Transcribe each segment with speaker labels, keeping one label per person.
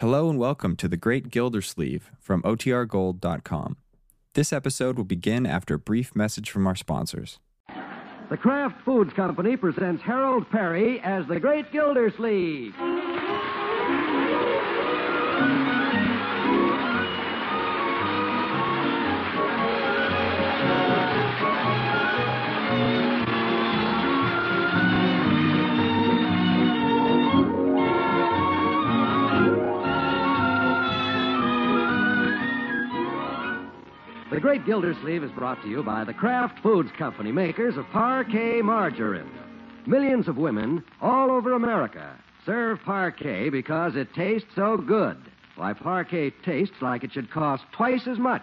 Speaker 1: Hello and welcome to The Great Gildersleeve from OTRGold.com. This episode will begin after a brief message from our sponsors.
Speaker 2: The Kraft Foods Company presents Harold Perry as the Great Gildersleeve. The Great Gildersleeve is brought to you by the Kraft Foods Company, makers of Parquet Margarine. Millions of women all over America serve Parquet because it tastes so good. Why, Parquet tastes like it should cost twice as much.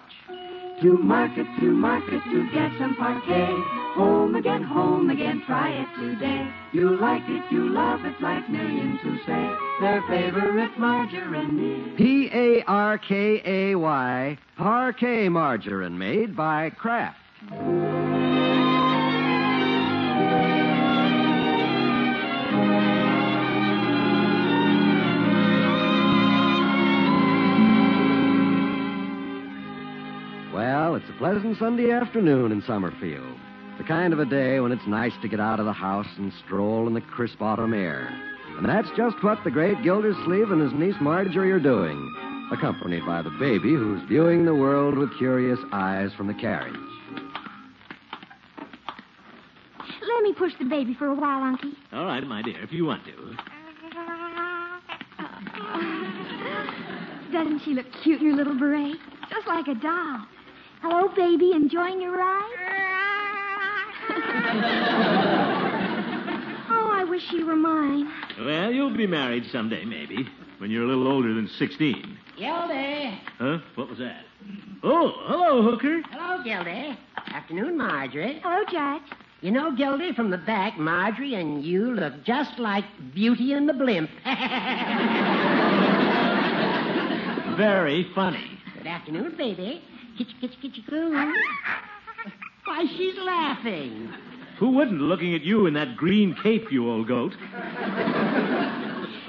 Speaker 3: To market, to market, to get some parquet. Home again, home again, try it today. You like it, you love it, like millions who say their favorite margarine.
Speaker 2: P A R K A Y, Parquet Margarine, made by Kraft. Well, it's a pleasant Sunday afternoon in Summerfield. The kind of a day when it's nice to get out of the house and stroll in the crisp autumn air. And that's just what the great Gildersleeve and his niece Marjorie are doing, accompanied by the baby who's viewing the world with curious eyes from the carriage.
Speaker 4: Let me push the baby for a while, Unky.
Speaker 5: All right, my dear, if you want to.
Speaker 4: Doesn't she look cute in her little beret? Just like a doll. Hello, baby. Enjoying your ride? oh, I wish she were mine.
Speaker 5: Well, you'll be married someday, maybe, when you're a little older than 16.
Speaker 6: Gildy.
Speaker 5: Huh? What was that? Oh, hello, Hooker.
Speaker 6: Hello, Gildy. Afternoon, Marjorie.
Speaker 4: Hello, Judge.
Speaker 6: You know, Gildy, from the back, Marjorie and you look just like Beauty and the Blimp.
Speaker 5: Very funny.
Speaker 6: Good afternoon, baby. Kitch, kitch, kitch, coo. Why, she's laughing.
Speaker 5: Who wouldn't looking at you in that green cape, you old goat?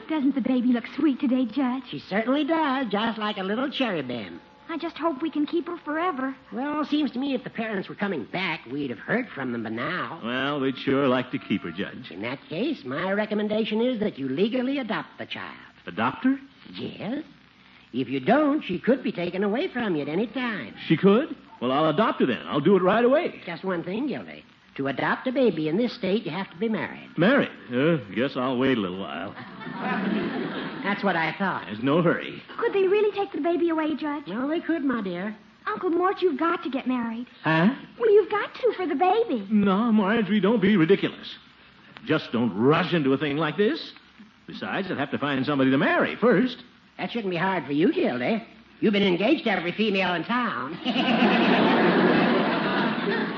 Speaker 4: Doesn't the baby look sweet today, Judge?
Speaker 6: She certainly does, just like a little cherubim.
Speaker 4: I just hope we can keep her forever.
Speaker 6: Well, seems to me if the parents were coming back, we'd have heard from them by now.
Speaker 5: Well, we'd sure like to keep her, Judge.
Speaker 6: In that case, my recommendation is that you legally adopt the child.
Speaker 5: Adopt her?
Speaker 6: Yes. If you don't, she could be taken away from you at any time.
Speaker 5: She could? Well, I'll adopt her then. I'll do it right away.
Speaker 6: Just one thing, Gildy. To adopt a baby in this state, you have to be married.
Speaker 5: Married? Uh, guess I'll wait a little while.
Speaker 6: That's what I thought.
Speaker 5: There's no hurry.
Speaker 4: Could they really take the baby away, Judge?
Speaker 6: No, they could, my dear.
Speaker 4: Uncle Mort, you've got to get married.
Speaker 5: Huh?
Speaker 4: Well, you've got to for the baby.
Speaker 5: No, Marjorie, don't be ridiculous. Just don't rush into a thing like this. Besides, I'd have to find somebody to marry first.
Speaker 6: That shouldn't be hard for you, Gildy. You've been engaged to every female in town.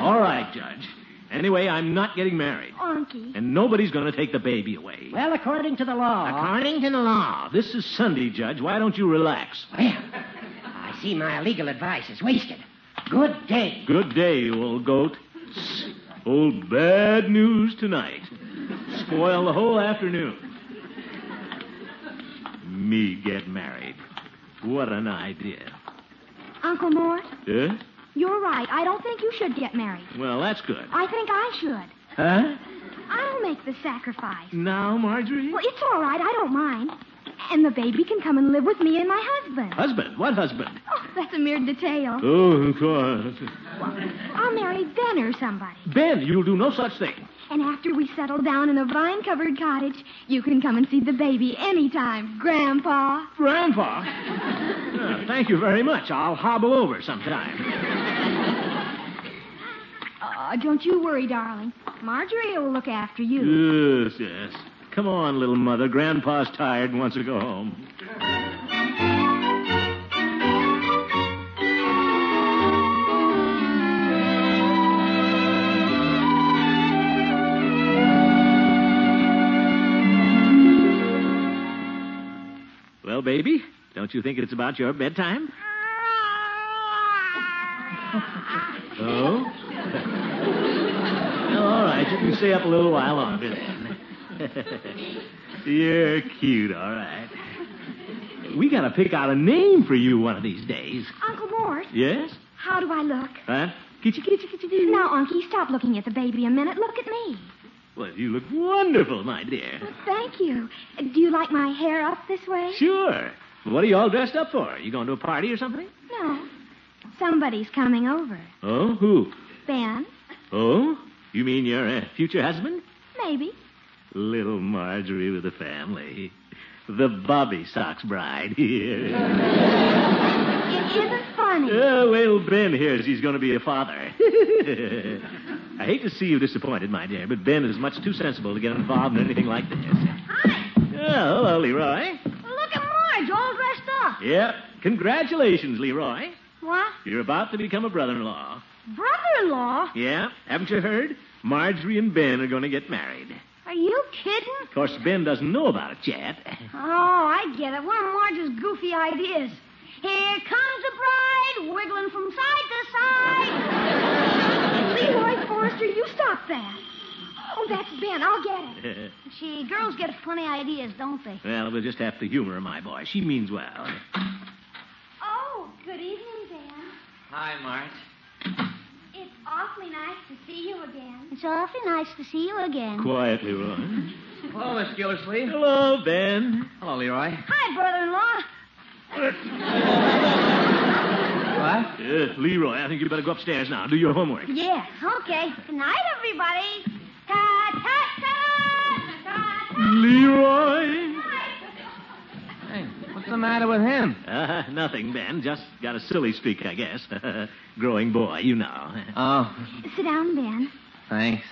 Speaker 5: All right, Judge. Anyway, I'm not getting married.
Speaker 4: Unky.
Speaker 5: And nobody's going to take the baby away.
Speaker 6: well, according to the law.
Speaker 5: According to the law, this is Sunday, Judge. Why don't you relax?
Speaker 6: Well, I see my legal advice is wasted. Good day.
Speaker 5: Good day, you old goat. Old bad news tonight. Spoil the whole afternoon. Me get married. What an idea.
Speaker 4: Uncle Mort,
Speaker 5: Eh?
Speaker 4: you're right. I don't think you should get married.
Speaker 5: Well, that's good.
Speaker 4: I think I should.
Speaker 5: Huh?
Speaker 4: I'll make the sacrifice.
Speaker 5: Now, Marjorie?
Speaker 4: Mm-hmm. Well, it's all right. I don't mind. And the baby can come and live with me and my husband.
Speaker 5: Husband? What husband?
Speaker 4: Oh, that's a mere detail.
Speaker 5: Oh, of course.
Speaker 4: I'll marry Ben or somebody.
Speaker 5: Ben, you'll do no such thing.
Speaker 4: And after we settle down in a vine covered cottage, you can come and see the baby anytime, Grandpa.
Speaker 5: Grandpa? Oh, thank you very much. I'll hobble over sometime.
Speaker 4: Oh, don't you worry, darling. Marjorie will look after you.
Speaker 5: Mm. Yes, yes. Come on, little mother. Grandpa's tired and wants to go home. Well, baby, don't you think it's about your bedtime? Oh? All right, you can stay up a little while longer then. You're cute, all right. We got to pick out a name for you one of these days.
Speaker 4: Uncle Mort,
Speaker 5: Yes?
Speaker 4: how do I look?
Speaker 5: Huh? Kitchy, kitchy, kitchy, kitchy.
Speaker 4: Now, Unky, stop looking at the baby a minute. Look at me.
Speaker 5: Well, you look wonderful, my dear.
Speaker 4: Well, thank you. Do you like my hair up this way?
Speaker 5: Sure. What are you all dressed up for? You going to a party or something?
Speaker 4: No. Somebody's coming over.
Speaker 5: Oh, who?
Speaker 4: Ben,
Speaker 5: Oh? You mean your uh, future husband?
Speaker 4: maybe.
Speaker 5: Little Marjorie with a family. The Bobby Sox bride here.
Speaker 4: It isn't funny.
Speaker 5: oh, well, Ben hears he's going to be a father. I hate to see you disappointed, my dear, but Ben is much too sensible to get involved in anything like this.
Speaker 6: Hi.
Speaker 5: Oh, hello, Leroy.
Speaker 6: Look at Marge, all dressed up.
Speaker 5: Yep. Congratulations, Leroy.
Speaker 6: What?
Speaker 5: You're about to become a brother in law.
Speaker 6: Brother-in-law?
Speaker 5: Yeah, haven't you heard? Marjorie and Ben are going to get married.
Speaker 6: Are you kidding?
Speaker 5: Of course, Ben doesn't know about it yet.
Speaker 6: Oh, I get it. One of Marge's goofy ideas. Here comes the bride, wiggling from side
Speaker 4: Leroy Forrester, you stop that. Oh, that's Ben. I'll get it.
Speaker 6: to side. See, girls get funny ideas, don't they?
Speaker 5: well, we'll just have to humor her, my boy. She means well.
Speaker 4: Oh, good evening, Ben.
Speaker 7: Hi, Marge.
Speaker 4: It's awfully nice to see you again.
Speaker 6: It's awfully nice to see you again.
Speaker 5: Quietly, Leroy.
Speaker 7: Hello, Miss Gildersleeve.
Speaker 5: Hello, Ben.
Speaker 7: Hello, Leroy.
Speaker 6: Hi, brother-in-law.
Speaker 7: What?
Speaker 5: Uh, Leroy, I think you'd better go upstairs now. Do your homework.
Speaker 6: Yeah. Okay. Good night, everybody. Ta ta ta ta ta.
Speaker 5: Leroy?
Speaker 7: Hey, what's the matter with him?
Speaker 5: Uh, nothing, Ben. Just got a silly streak, I guess. Growing boy, you know.
Speaker 7: Oh,
Speaker 4: Sit down, Ben.
Speaker 7: thanks.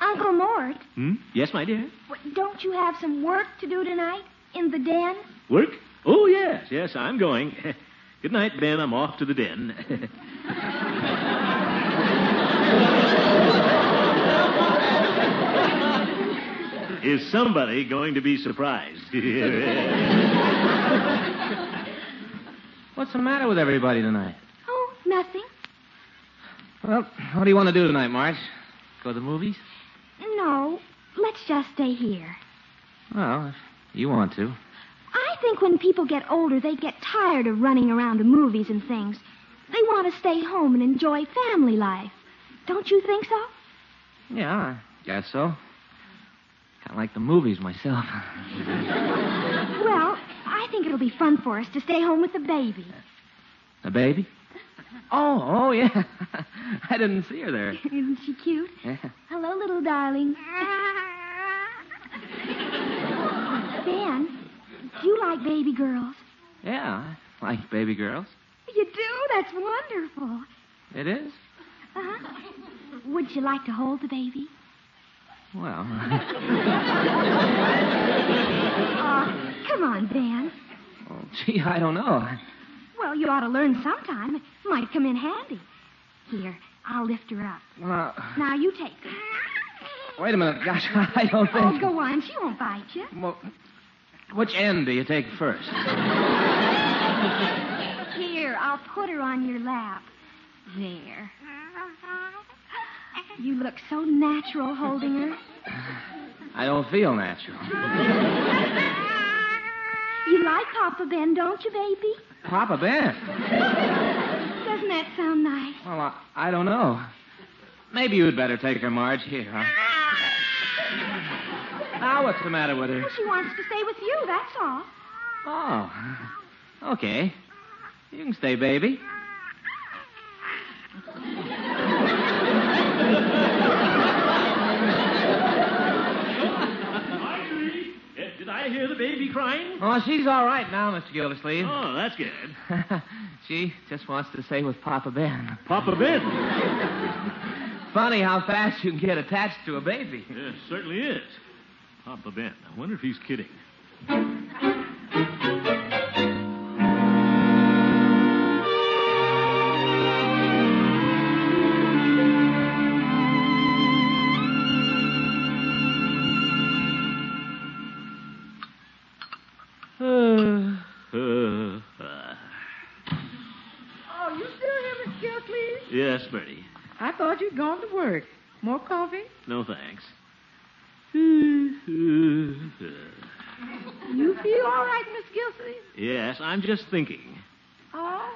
Speaker 4: Uncle Mort,
Speaker 5: Hmm? Yes, my dear?
Speaker 4: w- don't you have some work to do tonight in the den?
Speaker 5: Work? Oh, yes, yes, I'm going. Good night, Ben. I'm off to the den. Is somebody going to be surprised?
Speaker 7: What's the matter with everybody tonight?
Speaker 4: Oh, nothing.
Speaker 7: Well, what do you want to do tonight, Marge? Go to the movies?
Speaker 4: No, let's just stay here.
Speaker 7: Well, if you want to.
Speaker 4: I think when people get older, they get tired of running around to movies and things. They want to stay home and enjoy family life. Don't you think so?
Speaker 7: Yeah, I guess so. Kind of like the movies myself.
Speaker 4: Well, I think it'll be fun for us to stay home with the baby.
Speaker 7: The baby? Oh, oh, yeah. I didn't see her there.
Speaker 4: Isn't she cute?
Speaker 7: Yeah.
Speaker 4: Hello, little darling. Ben, do you like baby girls?
Speaker 7: yeah, I like baby girls.
Speaker 4: You do? That's wonderful.
Speaker 7: It is?
Speaker 4: Uh-huh. Would you like to hold the baby?
Speaker 7: Well,
Speaker 4: Oh, come on, Ben.
Speaker 7: oh, gee, I don't know.
Speaker 4: Well, you ought to learn sometime. It might come in handy. Here, I'll lift her up.
Speaker 7: Well,
Speaker 4: Now you take her.
Speaker 7: wait a minute. Gosh, I don't think.
Speaker 4: Oh, go on. She won't bite you.
Speaker 7: Well, which end do you take first?
Speaker 4: Here, I'll put her on your lap. There. You look so natural holding her.
Speaker 7: I don't feel natural.
Speaker 4: You like Papa Ben, don't you, baby?
Speaker 7: Papa Ben.
Speaker 4: Doesn't that sound nice?
Speaker 7: Well, I, I don't know. Maybe you'd better take her, Marge. Here. Huh? Now, what's the matter with her?
Speaker 4: She wants to stay with you, that's all.
Speaker 7: Oh, okay. You can stay, baby.
Speaker 5: Marjorie, eh, did I hear the baby crying?
Speaker 7: Oh, she's all right now, Mr. Gildersleeve.
Speaker 5: Oh, that's good.
Speaker 7: she just wants to stay with Papa Ben.
Speaker 5: Papa Ben.
Speaker 7: Funny how fast you can get attached to a baby.
Speaker 5: Yes, certainly is. Papa Ben. I wonder if he's kidding. Uh, uh,
Speaker 8: Oh, you still here, Miss Gilcleave?
Speaker 5: yes, Bertie.
Speaker 8: I thought you'd gone to work. More coffee?
Speaker 5: No thanks.
Speaker 8: Hmm. You feel all right, Miss
Speaker 5: Yes, I'm just thinking.
Speaker 8: Oh?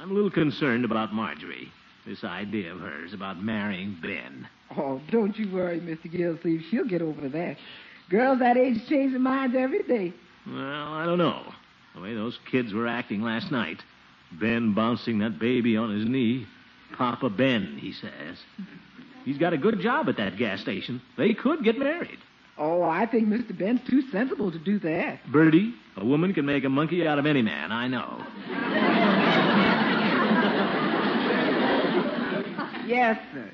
Speaker 5: I'm a little concerned about Marjorie. This idea of hers about marrying Ben.
Speaker 8: Oh, don't you worry, Mr. Gillsleeve. She'll get over that. Girls that age change their minds every day.
Speaker 5: Well, I don't know. The way those kids were acting last night. Ben bouncing that baby on his knee. Papa Ben, he says. He's got a good job at that gas station. They could get married.
Speaker 8: Oh, I think Mr. Ben's too sensible to do that.
Speaker 5: Bertie, a woman can make a monkey out of any man, I know.
Speaker 8: Yes, sir.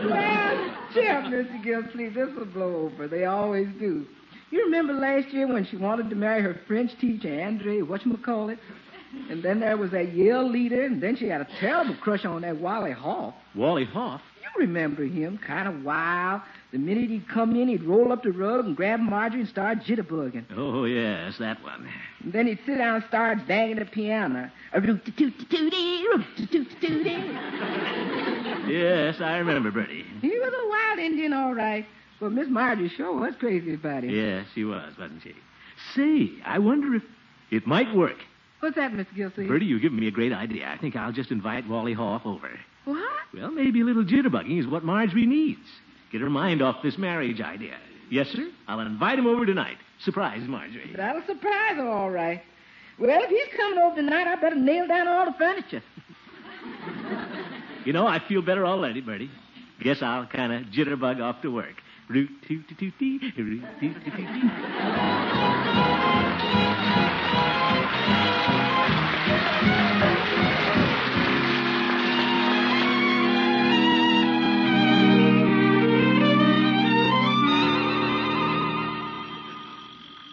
Speaker 8: Well, cheer up, Mr. Gillsleeve. This will blow over. They always do. You remember last year when she wanted to marry her French teacher, Andre, whatchamacallit? And then there was that Yale leader, and then she had a terrible crush on that Wally Hall.
Speaker 5: Wally Hoff?
Speaker 8: You remember him, kind of wild. The minute he'd come in, he'd roll up the rug and grab Marjorie and start jitterbugging.
Speaker 5: Oh, yes, that one.
Speaker 8: And then he'd sit down and start banging the piano. A root-a-toot-a-tootie, root-a-toot-a-tootie.
Speaker 5: Yes, I remember Bertie.
Speaker 8: He was a wild Indian, all right. But Miss Marjorie sure was crazy about him.
Speaker 5: Yes, she was, wasn't she? Say, I wonder if it might work.
Speaker 8: What's that, Miss Gilsey?
Speaker 5: Bertie, you've given me a great idea. I think I'll just invite Wally Hoff over.
Speaker 8: What?
Speaker 5: Well, maybe a little jitterbugging is what Marjorie needs. Get her mind off this marriage idea. Yes, sir. I'll invite him over tonight. Surprise, Marjorie.
Speaker 8: That'll surprise her, all right. Well, if he's coming over tonight, I better nail down all the furniture.
Speaker 5: You know, I feel better already, Bertie. Guess I'll kind of jitterbug off to work. Root toot toot toot dee, root toot toot toot dee.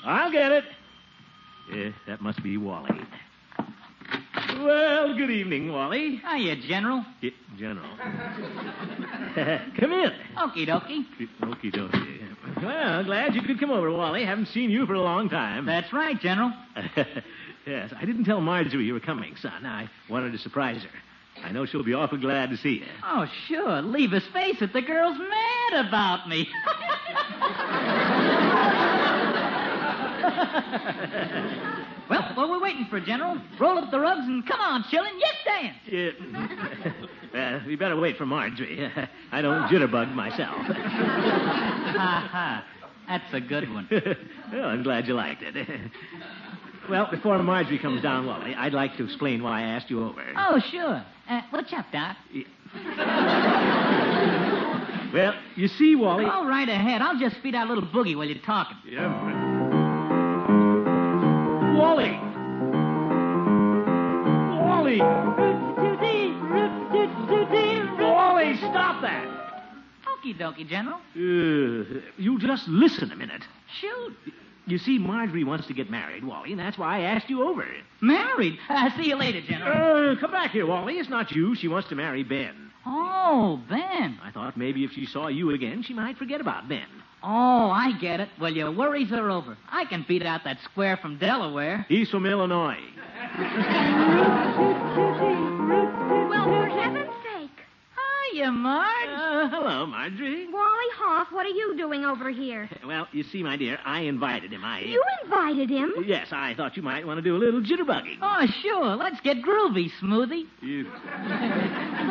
Speaker 5: I'll get it. Yeah, that must be Wally. Well, good evening, Wally.
Speaker 9: Hiya, General.
Speaker 5: Yeah, General. come in.
Speaker 9: Okie dokie.
Speaker 5: Okie dokie. Well, glad you could come over, Wally. Haven't seen you for a long time.
Speaker 9: That's right, General.
Speaker 5: yes, I didn't tell Marjorie you were coming, son. I wanted to surprise her. I know she'll be awful glad to see you.
Speaker 9: Oh, sure. Leave his face it. The girl's mad about me. well, what we're waiting for, General? Roll up the rugs and come on, chillin'. Yes, Dan.
Speaker 5: Yeah. well, we better wait for Marjorie. I don't
Speaker 9: Ah.
Speaker 5: jitterbug myself.
Speaker 9: Ha ha. That's a good one.
Speaker 5: well, I'm glad you liked it. well, before Marjorie comes down, Wally, I'd like to explain why I asked you over.
Speaker 9: Oh, sure. Uh, what's up, Doc?
Speaker 5: Well, you see, Wally.
Speaker 9: Go right ahead. I'll just feed our little boogie while you're talking.
Speaker 5: Yeah. Wally! Wally! Wally, stop that!
Speaker 9: Okie dokie, General.
Speaker 5: Uh, you just listen a minute.
Speaker 9: Shoot.
Speaker 5: You see, Marjorie wants to get married, Wally, and that's why I asked you over.
Speaker 9: Married. Uh, see you later, General.
Speaker 5: Uh, come back here, Wally. It's not you. She wants to marry Ben.
Speaker 9: Oh, Ben.
Speaker 5: I thought maybe if she saw you again, she might forget about Ben.
Speaker 9: Oh, I get it. Well, your worries are over. I can beat out that square from Delaware.
Speaker 5: He's from Illinois.
Speaker 4: Well, for heaven's sake.
Speaker 9: Hiya, Marge.
Speaker 5: Uh, hello, Marjorie.
Speaker 4: Wally Hoff, what are you doing over here?
Speaker 5: Well, you see, my dear, I invited him. I.
Speaker 4: You invited him.
Speaker 5: Yes, I thought you might want to do a little jitterbugging.
Speaker 9: Oh, sure. Let's get groovy, Smoothie.
Speaker 5: You-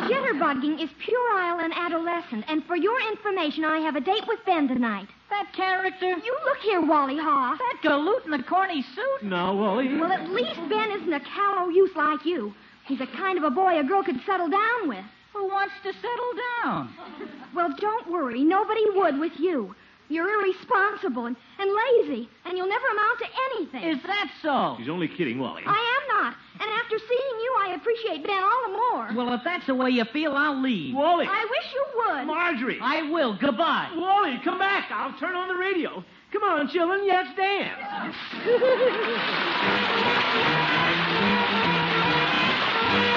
Speaker 4: Jitterbugging is puerile and adolescent, and for your information, I have a date with Ben tonight.
Speaker 9: That character.
Speaker 4: You look here, Wally Hoff.
Speaker 9: That galoot in the corny suit.
Speaker 5: No, Wally.
Speaker 4: Well, at least Ben isn't a callow youth like you. He's the kind of a boy a girl could settle down with.
Speaker 9: Who wants to settle down?
Speaker 4: Well, don't worry. Nobody would with you. You're irresponsible and, and lazy, and you'll never amount to anything.
Speaker 9: Is that so?
Speaker 5: She's only kidding, Wally.
Speaker 4: I am not. And after seeing you, I appreciate Ben all the more.
Speaker 9: Well, if that's the way you feel, I'll leave.
Speaker 5: Wally!
Speaker 4: I wish you would.
Speaker 5: Marjorie!
Speaker 9: I will. Goodbye.
Speaker 5: Wally, come back. I'll turn on the radio. Come on, children. Yes, dance.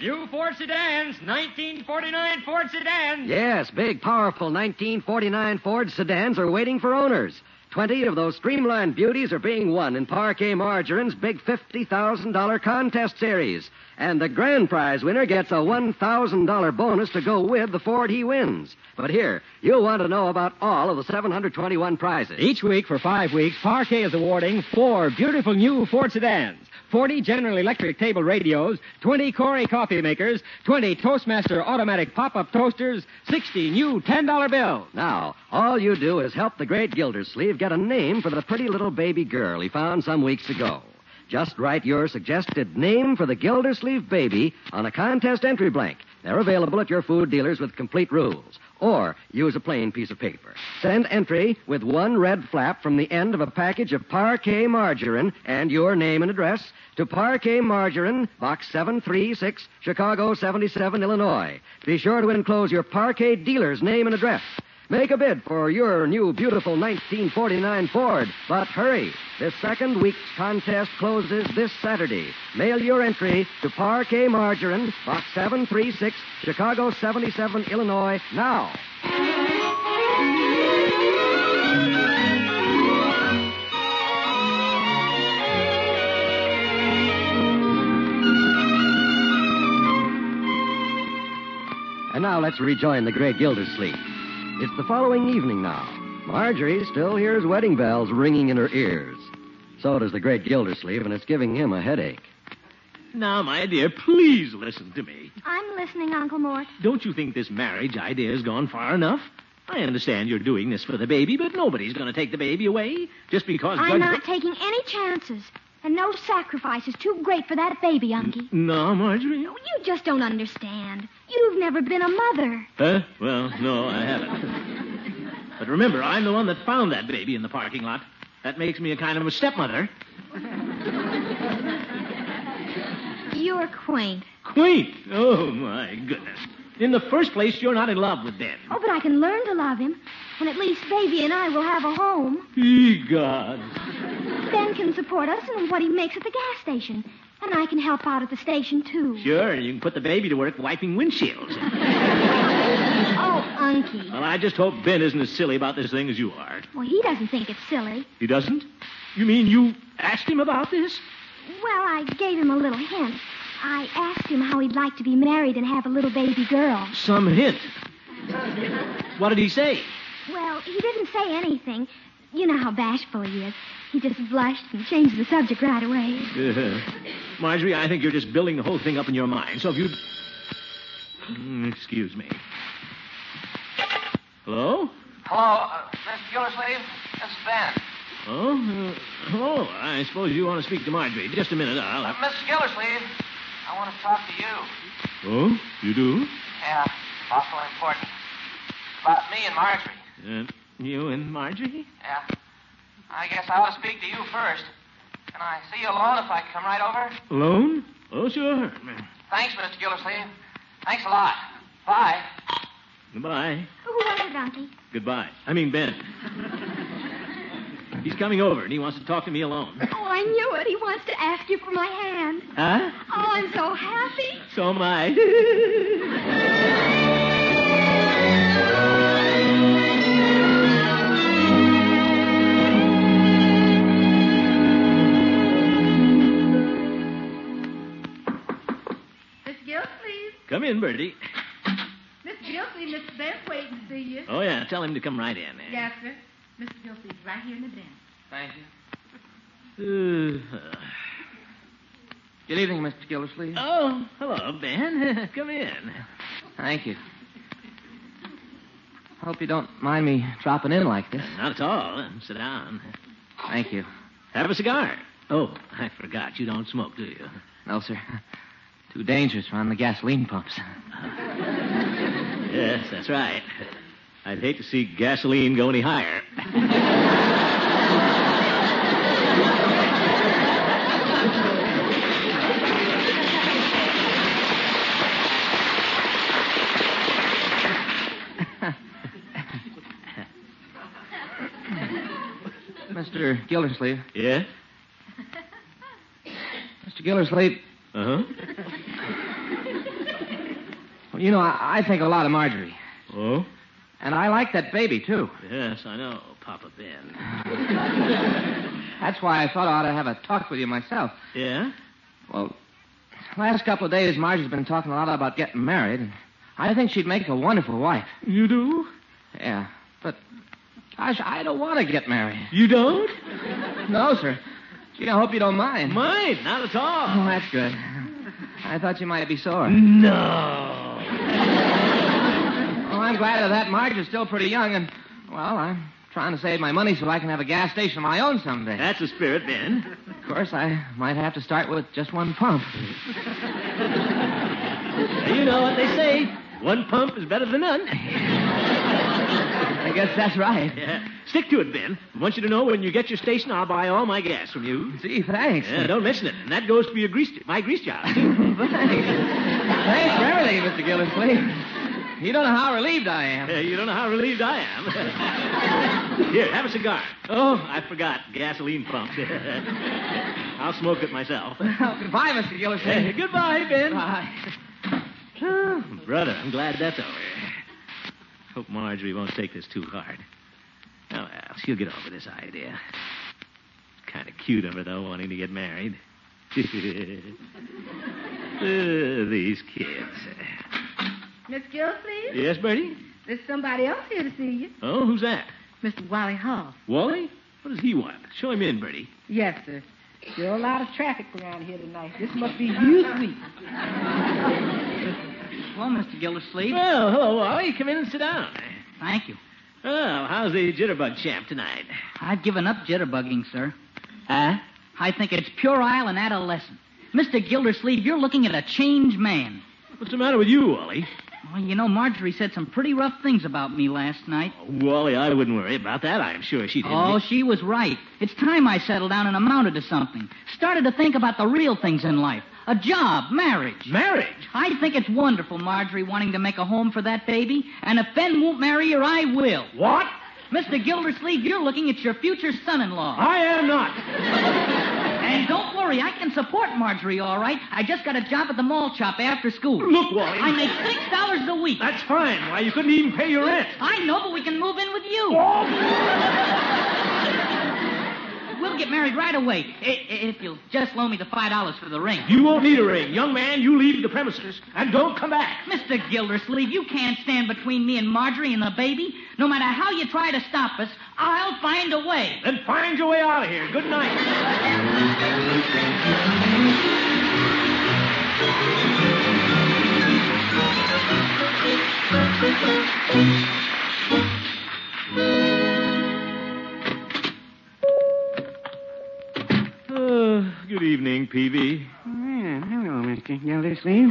Speaker 9: New Ford sedans, 1949 Ford sedans.
Speaker 2: Yes, big, powerful 1949 Ford sedans are waiting for owners. Twenty of those streamlined beauties are being won in Parquet Margarine's big $50,000 contest series. And the grand prize winner gets a $1,000 bonus to go with the Ford he wins. But here, you'll want to know about all of the 721 prizes.
Speaker 10: Each week for five weeks, Parquet is awarding four beautiful new Ford sedans, 40 General Electric table radios, 20 Corey coffee makers, 20 Toastmaster automatic pop-up toasters, 60 new $10 bills.
Speaker 2: Now, all you do is help the great Gildersleeve get a name for the pretty little baby girl he found some weeks ago. Just write your suggested name for the Gildersleeve baby on a contest entry blank. They're available at your food dealers with complete rules. Or use a plain piece of paper. Send entry with one red flap from the end of a package of Parquet Margarine and your name and address to Parquet Margarine, Box 736, Chicago 77, Illinois. Be sure to enclose your Parquet dealer's name and address. Make a bid for your new beautiful 1949 Ford, but hurry. This second week's contest closes this Saturday. Mail your entry to Parquet Margarine, Box 736, Chicago 77, Illinois, now. And now let's rejoin the great Gildersleeve. It's the following evening now. Marjorie still hears wedding bells ringing in her ears. So does the great Gildersleeve, and it's giving him a headache.
Speaker 5: Now, my dear, please listen to me.
Speaker 4: I'm listening, Uncle Mort.
Speaker 5: Don't you think this marriage idea has gone far enough? I understand you're doing this for the baby, but nobody's going to take the baby away just because.
Speaker 4: I'm
Speaker 5: Judge-
Speaker 4: not taking any chances. And no sacrifice is too great for that baby, Unky.
Speaker 5: No, Marjorie.
Speaker 4: Oh, you just don't understand. You've never been a mother.
Speaker 5: Huh? Well, no, I haven't. But remember, I'm the one that found that baby in the parking lot. That makes me a kind of a stepmother.
Speaker 4: You're quaint.
Speaker 5: Quaint. Oh, my goodness. In the first place, you're not in love with Ben.
Speaker 4: Oh, but I can learn to love him. And at least Baby and I will have a home.
Speaker 5: Ye God.
Speaker 4: Ben can support us in what he makes at the gas station. And I can help out at the station, too.
Speaker 5: Sure, you can put the baby to work wiping windshields.
Speaker 4: Oh, Unky.
Speaker 5: Well, I just hope Ben isn't as silly about this thing as you are.
Speaker 4: Well, he doesn't think it's silly.
Speaker 5: He doesn't? You mean you asked him about this?
Speaker 4: Well, I gave him a little hint. I asked him how he'd like to be married and have a little baby girl.
Speaker 5: Some hint. What did he say?
Speaker 4: Well, he didn't say anything. You know how bashful he is. He just blushed and changed the subject right away.
Speaker 5: Uh, Marjorie, I think you're just building the whole thing up in your mind. So if you. Mm, Excuse me. Hello?
Speaker 11: Hello, uh, Mr. Gildersleeve? It's Ben.
Speaker 5: Oh? Uh, oh, I suppose you want to speak to Marjorie. Just a minute. I'll.
Speaker 11: Uh, Mr. Gildersleeve, I want to talk to you.
Speaker 5: Oh, you do?
Speaker 11: Yeah, awful important. About me and Marjorie.
Speaker 5: Uh, you and Marjorie?
Speaker 11: Yeah. I guess I ought to speak to you first. Can I see you alone if I come right over?
Speaker 5: Alone? Oh, sure.
Speaker 11: Thanks, Mr. Gildersleeve. Thanks a lot. Bye.
Speaker 5: Goodbye.
Speaker 4: Who was it, Unky?
Speaker 5: Goodbye. I mean, Ben. He's coming over, and he wants to talk to me alone.
Speaker 4: Oh, I knew it. He wants to ask you for my hand.
Speaker 5: Huh?
Speaker 4: Oh, I'm so happy.
Speaker 5: So am I.
Speaker 8: Miss Gilsleeve,
Speaker 5: Come in, Bertie.
Speaker 8: Miss Gilsleeve, Mr. Bent's waiting to see you.
Speaker 5: Oh, yeah, tell him to come right in.
Speaker 8: Yes, sir. Mr. Gilsleeve's right here in the den.
Speaker 11: Thank you.
Speaker 5: Uh,
Speaker 11: Good evening, Mr. Gildersleeve.
Speaker 5: oh, hello, Ben. come in.
Speaker 11: Thank you. Hope you don't mind me dropping in like this.
Speaker 5: Not at all. Sit down.
Speaker 11: Thank you.
Speaker 5: Have a cigar. Oh, I forgot. You don't smoke, do you?
Speaker 11: No, sir. Too dangerous around the gasoline pumps.
Speaker 5: Yes, that's right. I'd hate to see gasoline go any higher.
Speaker 11: Mr. Gildersleeve.
Speaker 5: Yeah?
Speaker 11: Mr. Gildersleeve,
Speaker 5: Uh huh.
Speaker 11: well, you know, I, I think a lot of Marjorie.
Speaker 5: Oh?
Speaker 11: And I like that baby, too.
Speaker 5: Yes, I know, Papa Ben.
Speaker 7: That's why I thought I ought to have a talk with you myself.
Speaker 5: Yeah?
Speaker 7: Well, last couple of days, Marge has been talking a lot about getting married. and I think she'd make a wonderful wife.
Speaker 5: You do?
Speaker 7: Yeah, but gosh, I don't want to get married.
Speaker 5: You don't?
Speaker 7: No, sir. Gee, I hope you don't mind.
Speaker 5: Mind? Not at all.
Speaker 7: Oh, that's good. I thought you might be sore.
Speaker 5: No.
Speaker 7: Well, I'm glad of that. Marge is still pretty young, and, well, I'm trying to save my money so I can have a gas station of my own someday.
Speaker 5: That's the spirit, Ben.
Speaker 7: Of course, I might have to start with just one pump.
Speaker 5: You know what they say. One pump is better than none.
Speaker 7: I guess that's right.
Speaker 5: Yeah. Stick to it, Ben. I want you to know when you get your station, I'll buy all my gas from you.
Speaker 7: Gee, thanks.
Speaker 5: Yeah, don't mention it. And that goes for your grease, my grease job.
Speaker 7: Thanks for everything, Mr. Gildersleeve. You don't know how relieved I am.
Speaker 5: Yeah, you don't know how relieved I am. Here, have a cigar. Oh, I forgot. Gasoline pump. I'll smoke it myself.
Speaker 7: Well, goodbye, Mr. Gildersleeve.
Speaker 5: Hey, goodbye, Ben.
Speaker 7: Bye.
Speaker 5: Oh, brother, I'm glad that's over. Hope Marjorie won't take this too hard. Oh, well, she'll get over this idea. Kind of cute of her, though, wanting to get married. Uh, these kids.
Speaker 12: Miss Gilsleeve?
Speaker 5: Yes, Bertie?
Speaker 12: There's somebody else here to see you.
Speaker 5: Oh, who's that?
Speaker 12: Mr. Wally Hall.
Speaker 5: Wally? What does he want? Show him in, Bertie.
Speaker 8: Yes, sir. There are a lot of traffic around here tonight. This must be youth week.
Speaker 9: Well, Mr. Gildersleeve.
Speaker 5: Well, hello, Wally. Come in and sit down.
Speaker 9: Thank you.
Speaker 5: Oh, how's the jitterbug champ tonight?
Speaker 9: I've given up jitterbugging, sir.
Speaker 5: Huh?
Speaker 9: I think it's puerile and adolescent. Mr. Gildersleeve, you're looking at a changed man.
Speaker 5: What's the matter with you, Wally?
Speaker 9: Well, you know, Marjorie said some pretty rough things about me last night.
Speaker 5: Wally, I wouldn't worry about that. I'm sure she didn't.
Speaker 9: Oh, she was right. It's time I settled down and amounted to something. Started to think about the real things in life a job, marriage.
Speaker 5: Marriage?
Speaker 9: I think it's wonderful, Marjorie wanting to make a home for that baby. And if Ben won't marry her, I will.
Speaker 5: What?
Speaker 9: Mr. Gildersleeve, you're looking at your future son in law.
Speaker 5: I am not.
Speaker 9: And don't worry, I can support Marjorie, all right? I just got a job at the mall shop after school.
Speaker 5: Look, Wally.
Speaker 9: I make six dollars a week.
Speaker 5: That's fine. Why, you couldn't even pay your rent.
Speaker 9: I know, but we can move in with you. We'll get married right away. i- i- If you'll just loan me the five dollars for the ring.
Speaker 5: You won't need a ring. Young man, you leave the premises and don't come back.
Speaker 9: Mr. Gildersleeve, you can't stand between me and Marjorie and the baby. No matter how you try to stop us, I'll find a way.
Speaker 5: Then find your way out of here. Good night. Uh, good evening, PV.
Speaker 13: Well, hello, Mr. Gildersleeve.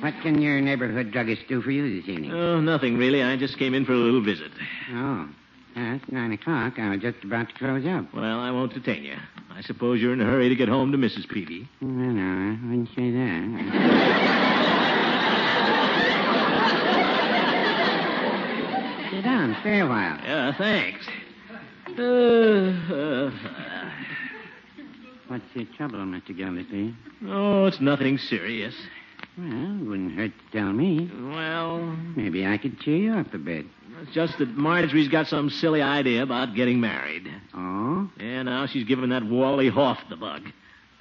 Speaker 13: what can your neighborhood druggist do for you this evening?
Speaker 5: Oh, nothing really. I just came in for a little visit.
Speaker 13: Oh, uh, it's nine o'clock. I was just about to close up.
Speaker 5: Well, I won't detain you. I suppose you're in a hurry to get home to Mrs. Peavy.
Speaker 13: No, no, I wouldn't say that. Sit down. Stay a while.
Speaker 5: Yeah, thanks. Uh, uh,
Speaker 13: What's your trouble, Mr. Gildersleeve?
Speaker 5: oh, it's nothing serious.
Speaker 13: Well, it wouldn't hurt to tell me.
Speaker 5: Well,
Speaker 13: Maybe I could cheer you up a bit.
Speaker 5: it's just that Marjorie's got some silly idea about getting married.
Speaker 13: Oh?
Speaker 5: Yeah, now she's giving that Wally Hoff the bug.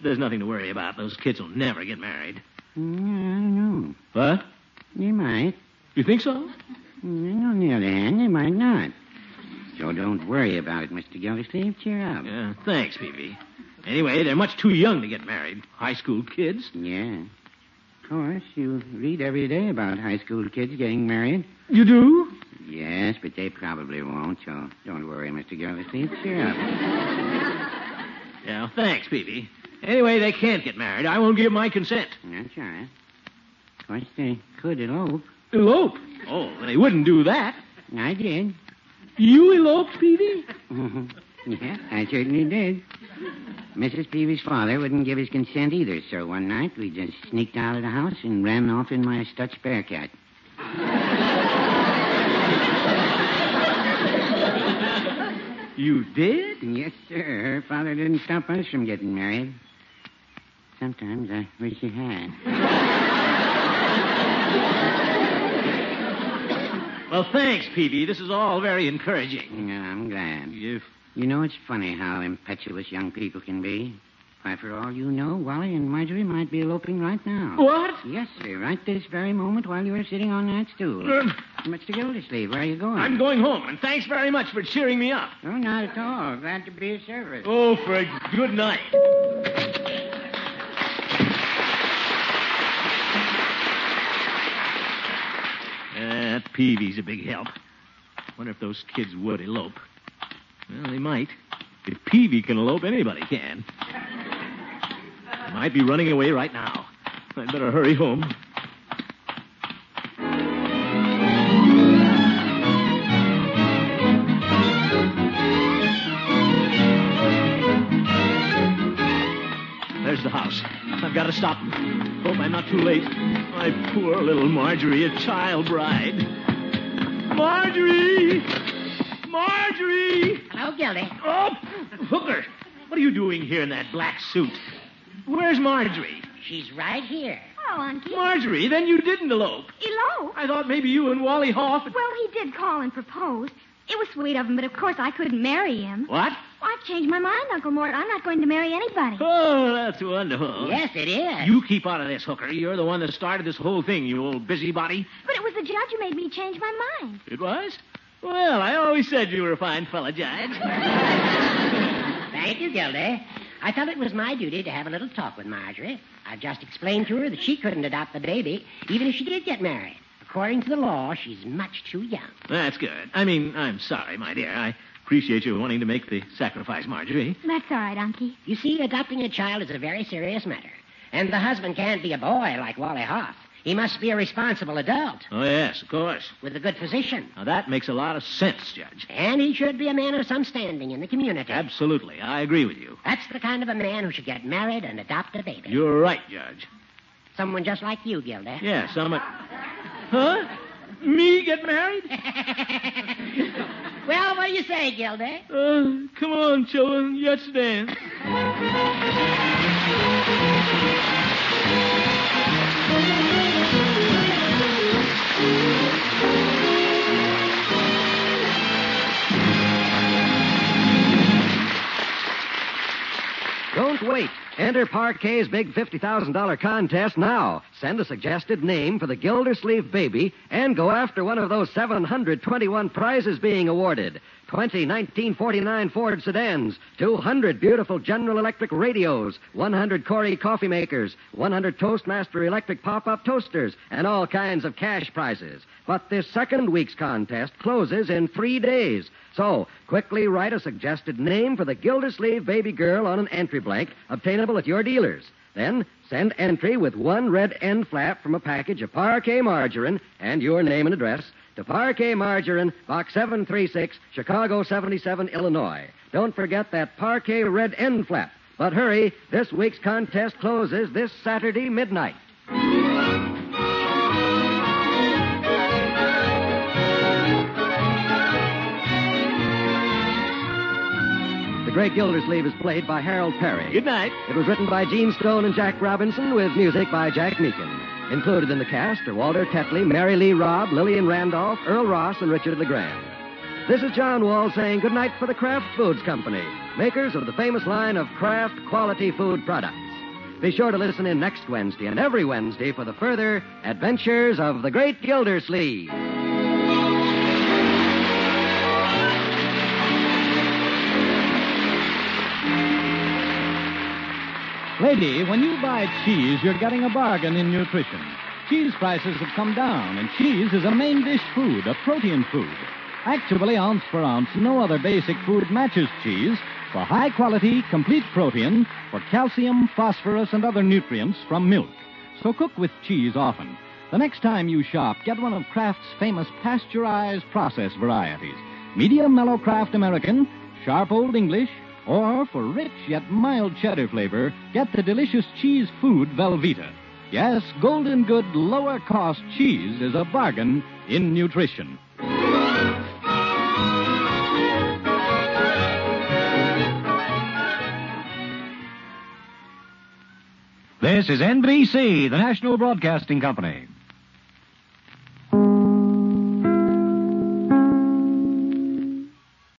Speaker 5: There's nothing to worry about. Those kids will never get married.
Speaker 13: Mm, I don't know.
Speaker 5: What?
Speaker 13: You might.
Speaker 5: You think so?
Speaker 13: Mm, On the other hand, they might not. So don't worry about it, Mr. Gildersleeve. Cheer up.
Speaker 5: Yeah, thanks, Peavy. Anyway, they're much too young to get married. High school kids.
Speaker 13: Yeah. Of course, you read every day about high school kids getting married.
Speaker 5: You do?
Speaker 13: Yes, but they probably won't, so don't worry, Mr. Gildersleeve. Cheer up.
Speaker 5: Yeah, thanks, Peavy. Anyway, they can't get married. I won't give my consent.
Speaker 13: That's all right. Of course, they could elope.
Speaker 5: Elope? Oh, they wouldn't do that.
Speaker 13: I did.
Speaker 5: You eloped, Peavy?
Speaker 13: yeah, I certainly did. Mrs. Peavy's father wouldn't give his consent either, so one night we just sneaked out of the house and ran off in my Stutz Bearcat.
Speaker 5: You did?
Speaker 13: Yes, sir. Her father didn't stop us from getting married. Sometimes I wish he had.
Speaker 5: Well, thanks, Peavy. This is all very encouraging.
Speaker 13: Yeah, I'm glad.
Speaker 5: If...
Speaker 13: You know, it's funny how impetuous young people can be. Why, for all you know, Wally and Marjorie might be eloping right now.
Speaker 9: What?
Speaker 13: Yes, sir. Right this very moment while you were sitting on that stool. Mr. Gildersleeve, where are you going?
Speaker 5: Uh, I'm going home, and thanks very much for cheering me up.
Speaker 13: Oh, not at all. Glad to be of service.
Speaker 5: Oh, for good night. Uh, that Peavy's a big help. Wonder if those kids would elope. Well, they might. If Peavy can elope, anybody can. They might be running away right now. I'd better hurry home. There's the house. I've got to stop them. Hope I'm not too late. My poor little Marjorie, a child bride. Marjorie! Marjorie!
Speaker 12: Hello, Gildy.
Speaker 5: Oh, Hooker! What are you doing here in that black suit? Where's Marjorie?
Speaker 12: She's right here.
Speaker 4: Oh, Unky.
Speaker 5: Marjorie, then you didn't elope.
Speaker 4: Elope?
Speaker 5: I thought maybe you and Wally Hoff.
Speaker 4: Well, he did call and propose. It was sweet of him, but of course I couldn't marry him.
Speaker 5: What?
Speaker 4: Well, I've changed my mind, Uncle Mort. I'm not going to marry anybody.
Speaker 5: Oh, that's wonderful.
Speaker 12: Yes, it is.
Speaker 5: You keep out of this, Hooker. You're the one that started this whole thing, you old busybody.
Speaker 4: But it was the judge who made me change my mind.
Speaker 5: It was? Well, I always said you were a fine fella, Judge.
Speaker 12: Thank you, Gildy. I felt it was my duty to have a little talk with Marjorie. I've just explained to her that she couldn't adopt the baby, even if she did get married. According to the law, she's much too young.
Speaker 5: That's good. I mean, I'm sorry, my dear. I appreciate you wanting to make the sacrifice, Marjorie.
Speaker 4: That's all right, Unky.
Speaker 12: You see, adopting a child is a very serious matter. And the husband can't be a boy like Wally Hoff. He must be a responsible adult
Speaker 5: Oh, yes, of course.
Speaker 12: with a good physician.
Speaker 5: Now, that makes a lot of sense, Judge.
Speaker 12: And he should be a man of some standing in the community.
Speaker 5: Absolutely. I agree with you.
Speaker 12: That's the kind of a man who should get married and adopt a baby.
Speaker 5: You're right, Judge.
Speaker 12: Someone just like you, Gilda.
Speaker 5: Yeah, some. Huh? Me get married?
Speaker 12: well, what do you say, Gilda?
Speaker 5: Uh, come on, children. Let's dance. Uh.
Speaker 2: Don't wait. Enter Parquet's big $50,000 contest now. Send a suggested name for the Gildersleeve baby and go after one of those 721 prizes being awarded 20 1949 Ford sedans, 200 beautiful General Electric radios, 100 Corey coffee makers, 100 Toastmaster electric pop up toasters, and all kinds of cash prizes. But this second week's contest closes in three days. So, quickly write a suggested name for the Gildersleeve baby girl on an entry blank obtainable at your dealer's. Then, send entry with one red end flap from a package of Parquet Margarine and your name and address to Parquet Margarine, Box 736, Chicago 77, Illinois. Don't forget that Parquet red end flap. But hurry, this week's contest closes this Saturday midnight. The Great Gildersleeve is played by Harold Perry.
Speaker 5: Good night.
Speaker 2: It was written by Gene Stone and Jack Robinson with music by Jack Meakin. Included in the cast are Walter Tetley, Mary Lee Robb, Lillian Randolph, Earl Ross, and Richard LeGrand. This is John Wall saying goodnight for the Kraft Foods Company, makers of the famous line of Kraft quality food products. Be sure to listen in next Wednesday and every Wednesday for the further adventures of the Great Gildersleeve.
Speaker 14: Lady, when you buy cheese, you're getting a bargain in nutrition. Cheese prices have come down, and cheese is a main dish food, a protein food. Actually, ounce for ounce, no other basic food matches cheese for high quality, complete protein, for calcium, phosphorus, and other nutrients from milk. So cook with cheese often. The next time you shop, get one of Kraft's famous pasteurized process varieties medium mellow Kraft American, sharp Old English, or for rich yet mild cheddar flavor, get the delicious cheese food Velveeta. Yes, Golden Good lower cost cheese is a bargain in nutrition.
Speaker 15: This is NBC, the national broadcasting company.